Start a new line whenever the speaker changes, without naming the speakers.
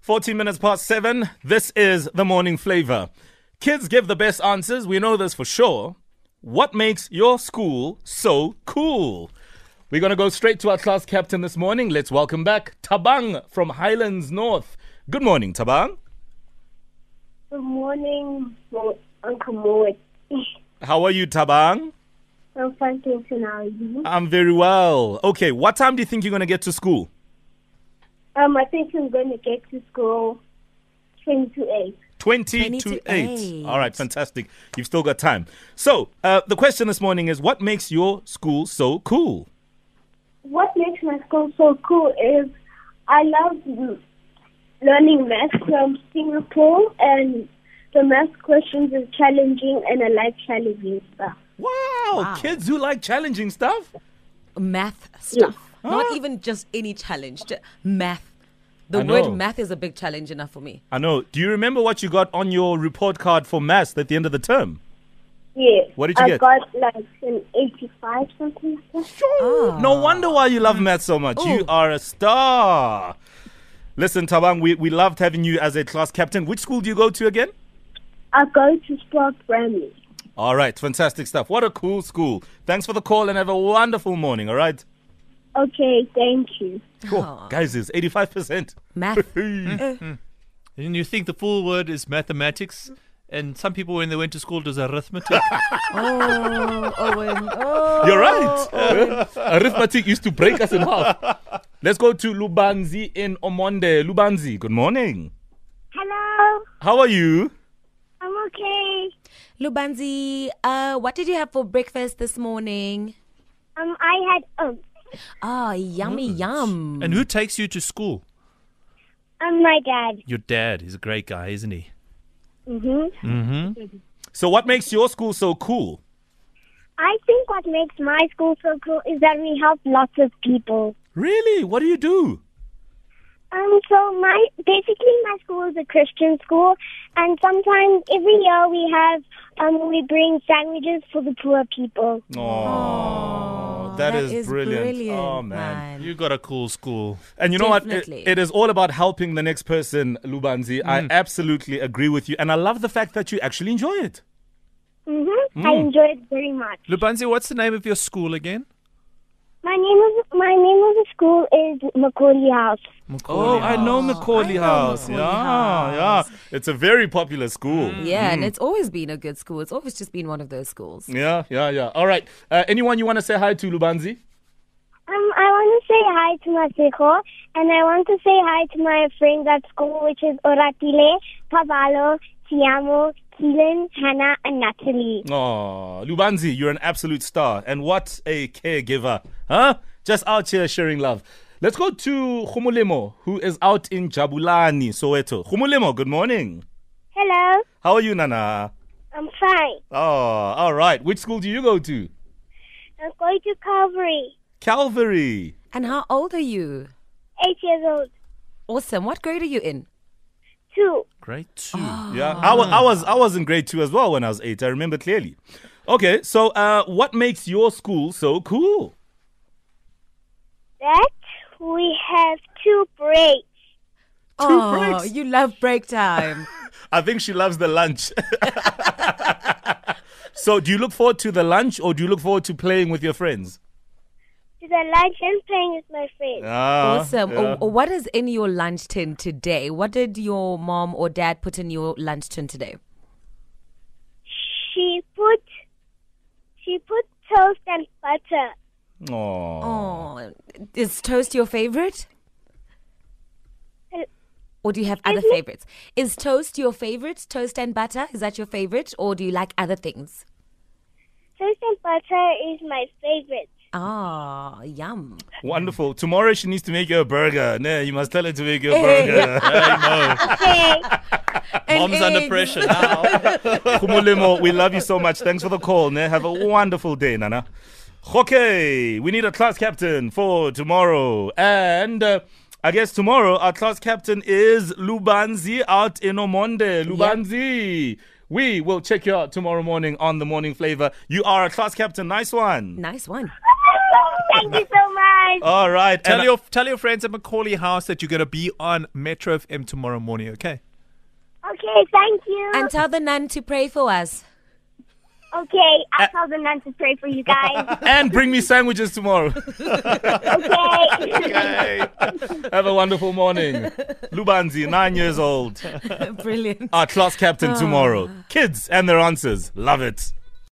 14 minutes past seven. This is the morning flavor. Kids give the best answers. We know this for sure. What makes your school so cool? We're going to go straight to our class captain this morning. Let's welcome back Tabang from Highlands North. Good morning, Tabang.
Good morning, Mo- Uncle Moy.
How are you, Tabang?
I'm fine, thanks, and how are you?
I'm very well. Okay, what time do you think you're going to get to school?
Um, I think I'm going to get to school 10 to 8.
20,
20
to,
to
8.
eight.
All right, fantastic. You've still got time. So, uh, the question this morning is what makes your school so cool?
What makes my school so cool is I love mm, learning math from Singapore, and the math questions is challenging, and I like challenging stuff.
Wow, kids who like challenging stuff.
math stuff.
Huh?
Not even just any challenge, ju- math. The
I know.
word math is a big challenge enough for me.
I know. Do you remember what you got on your report card for maths at the end of the term?
Yeah.
What did you
I
get?
got like an 85, something like that.
No wonder why you love maths so much. You
Ah. Ooh.
are a star. Listen, Tabang, we, we loved having you as a class captain. Which school do you go to again?
I go to Sprout Primary.
All right, fantastic stuff. What a cool school. Thanks for the call and have a wonderful morning, all right?
Okay, thank you.
Cool. Guys, it's 85%.
Ah. Math.
And you think the full word is mathematics, and some people when they went to school does arithmetic.
oh, Owen. Oh.
You're right. Arithmetic used to break us in half. Let's go to Lubanzi in Omonde. Lubanzi, good morning.
Hello,
How are you?
I'm okay.
Lubanzi, uh, what did you have for breakfast this morning?
Um, I had um,
Oh, yummy, yum.
and who takes you to school?
um, my dad.
Your dad. He's a great guy, isn't he?
Mhm.
So, what makes your school so cool?
I think what makes my school so cool is that we help lots of people.
Really? What do you do?
Um, so my basically my school is a Christian school, and sometimes every year we have um we bring sandwiches for the poor people.
Oh,
that is brilliant,
Oh, man.
man.
You got a cool school.
And you know what?
Definitely.
It- it is all about helping the next person, Lubanzi. I absolutely agree with you. And I love the fact that you actually enjoy it.
Mm-hmm. I enjoy it very much.
Lubanzi, what's the name of your school again?
My name of my name of the school is Macaulay House.
Oh, I know Macaulay
I know
House.
Macaulay
yeah,
House. Mm.
yeah. It's a very popular school.
Yeah, and it's always been a good school. It's always just been one of those schools.
Yeah, yeah, yeah. All right. Uh, anyone you want to say hi to, Lubanzi?
Um, I want to say hi to my Siko, and I want to say hi to my friends at school, which is Oratile, Pavalo, Tiamo, Keelan, Hannah, and Natalie.
Oh, Lubanzi, you're an absolute star. And what a caregiver. Huh? Just out here sharing love. Let's go to Humulemo, who is out in Jabulani, Soweto. Humulemo, good morning.
Hello,
How are you, Nana?
I'm fine.
Oh, all right. Which school do you go to?
I'm going to Calvary.
Calvary.
And how old are you?
Eight years old.
Awesome. What grade are you in?
Two.
Great too.
Yeah, I, wa- I was I was in grade two as well when I was eight. I remember clearly. Okay, so uh, what makes your school so cool?
That we have two breaks.
oh,
breaks.
you love break time.
I think she loves the lunch. so, do you look forward to the lunch or do you look forward to playing with your friends?
To the lunch and playing with my friends.
Uh-huh,
Ah,
Awesome. Oh,
yeah.
O- What is in your lunch tin today? What did your mom or dad put in your lunch tin today?
She put she put toast and butter.
Aw.
Oh, is toast your favorite?
Hel-
Or do you have other favorites? Is toast your favorite? Toast and butter? Is that your favorite? Or do you like other things?
Toast and butter is my favorite.
Ah, yum.
Wonderful. Tomorrow she needs to make you a burger. No, you must tell her to make you a
Hey,
burger.
Okay.
Mom's under pressure now.
Khumulemo, we love you so much. Thanks for the call. Ne? Have a wonderful day, Nana. Okay, we need a class captain for tomorrow. And uh, I guess tomorrow our class captain is Lubanzi out in Omonde. Lubanzi, we will check you out tomorrow morning on The Morning Flavor. You are a class captain. Nice one.
Nice one.
Thank you so much. guys.
All right.
Tell
and-
your tell your friends at Macaulay House that you're gonna be on Metro FM tomorrow morning. Okay.
Okay, thank you.
And tell the nun to pray for us.
okay, I'll tell the nuns to pray for you guys.
uh, and bring me sandwiches tomorrow.
okay.
Have a wonderful morning. Lubanzi, nine years old.
Brilliant.
Ah.
Our class captain tomorrow. Kids and their answers. Love it.